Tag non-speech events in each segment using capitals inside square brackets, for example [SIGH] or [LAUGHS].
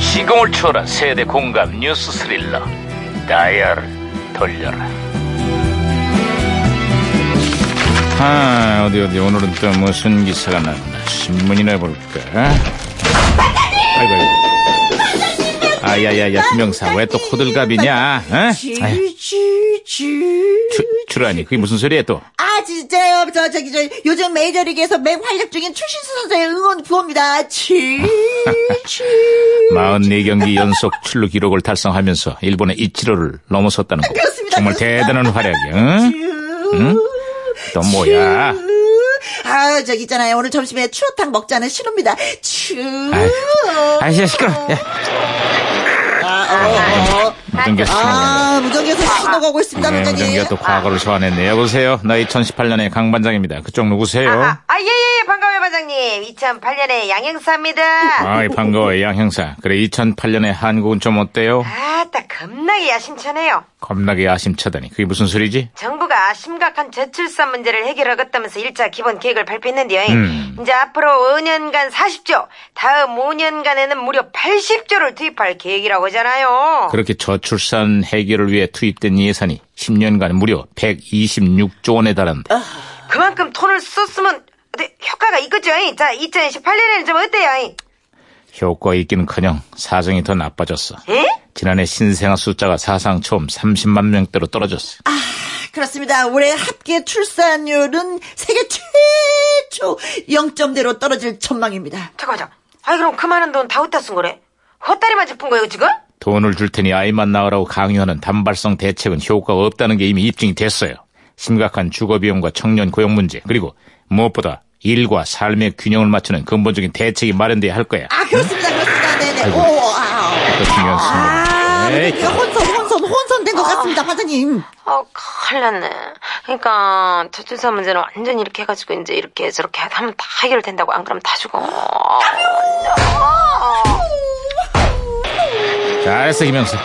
시공을 초월한 세대 공감 뉴스 스릴러 다이얼 돌려라 아 어디 어디 오늘은 또 무슨 기사가 났나 신문이나 볼까 아이고 아이고 아야야야 김영사 왜 또 호들갑이냐 어? 아유, 쥐쥐쥐. 주, 주라니 그게 무슨 소리야 또 아 진짜요 저 저기 저 요즘 메이저리그에서 맹활약 중인 추신수 선수의 응원 [LAUGHS] 구호입니다 쥐쥐 44경기 연속 출루 기록을 달성하면서 일본의 이치로를 넘어섰다는 거 그렇습니다. 정말 그렇습니다. 대단한 활약이야 응? 또 뭐야 아 저기 있잖아요 오늘 점심에 추어탕 먹자는 신호입니다 츄 아이씨 시끄러 예. 야 무전기가 신호가 어. 아 무전기에서 신호가 오고 있습니다 네, 무전기 무전기가 또 과거를 소환했네 여보세요 나 2018년의 강반장입니다 그쪽 누구세요 아, 예, 예, 반가워요, 반장님. 2008년에 양형사입니다. 아이 반가워요 양 형사 그래 2008년의 한국은 좀 어때요 아, 딱 겁나게 야심차네요. 겁나게 아심차다니 그게 무슨 소리지 정부가 심각한 저출산 문제를 해결하겠다면서 1차 기본 계획을 발표했는데요. 음. 이제 앞으로 5년간 40조, 다음 5년간에는 무려 80조를 투입할 계획이라고 하잖아요. 그렇게 저출산 해결을 위해 투입된 예산이 10년간 무려 126조 원에 달한다 그만큼 돈을 썼으면 어때, 효과가 있겠죠. 잉? 자, 2018년에는 좀 어때요? 잉? 효과 있기는커녕 사정이 더 나빠졌어 예? 지난해 신생아 숫자가 사상 처음 30만 명대로 떨어졌어 그렇습니다 올해 합계 출산율은 세계 최초 0점대로 떨어질 전망입니다 잠깐만, 잠깐만. 아니, 그럼 그 많은 돈 다 어디다 쓴 거래? 헛다리만 짚은 거예요, 지금? 돈을 줄 테니 아이만 낳으라고 강요하는 단발성 대책은 효과가 없다는 게 이미 입증이 됐어요. 심각한 주거비용과 청년 고용 문제 그리고 무엇보다 일과 삶의 균형을 맞추는 근본적인 대책이 마련돼야 할 거야. 아 그렇습니다 그렇습니다 네네 아이고. 네, 오 아우 또 중요한 아, 순간. 에이, 이게 혼선, 혼선, 혼선된 것 같습니다, 반장님. 아, 큰일 났네. 그러니까, 저출산 문제는 완전히 이렇게 해가지고, 이제 이렇게 저렇게 하면 다 해결된다고, 안 그러면 다 죽어. 잘했어 김영수.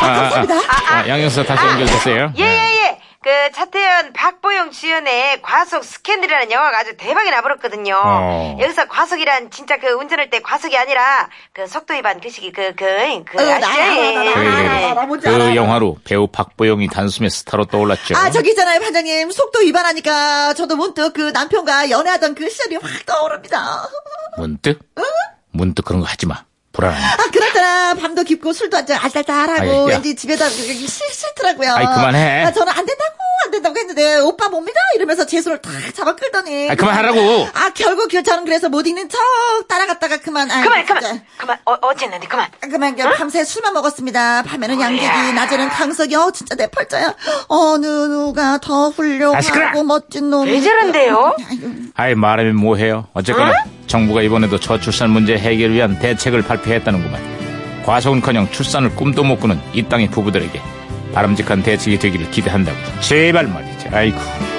아, 아, 아, 아, 양영수 다시 아, 연결됐어요. 네. 예, 예, 예. 그, 차태현, 박보영 주연의 과속 스캔들이라는 영화가 아주 대박이 나버렸거든요. 어. 여기서 과속이란 진짜 그 운전할 때 과속이 아니라, 그 속도 위반 그 시기 그, 그, 그, 어, 나, 아시죠? 나, 나, 예, 나, 나, 예. 그래, 그래, 아, 그래. 나 뭔지 알아. 그 영화로 배우 박보영이 단숨에 스타로 떠올랐죠. 아, 저기 있잖아요, 반장님. 속도 위반하니까 저도 문득 그 남편과 연애하던 그 시절이 확 떠오릅니다. 문득 문득 그런 거 하지 마. 불안해. 아, 그렇잖아. 밤도 깊고 술도 한잔 알딸딸하고 아이, 야. 왠지 집에다 그게 싫, 싫더라고요. 아이, 그만해. 아, 저는 안 된다고, 안 된다고 했는데 오빠 뭡니다? 이러면서 제 손을 탁 잡아 끌더니. 아, 그만하라고. 아, 결국 교차는 그래서 못 읽는 척 따라갔다가 그만. 아, 그만, 그만, 그만. 어, 어쨌는데, 그만. 그만 그 밤새 술만 먹었습니다. 밤에는 양갱이, 낮에는 강석이. 어 진짜 내 팔자야. 어느 누가 더 훌륭하고 아, 시끄러워. 멋진 놈. 왜 저런데요? 아이 말하면 뭐해요 어쨌거나 정부가 이번에도 저출산 문제 해결을 위한 대책을 발표했다는구만 과속은커녕 출산을 꿈도 못 꾸는 이 땅의 부부들에게 바람직한 대책이 되기를 기대한다고 제발 말이죠 아이고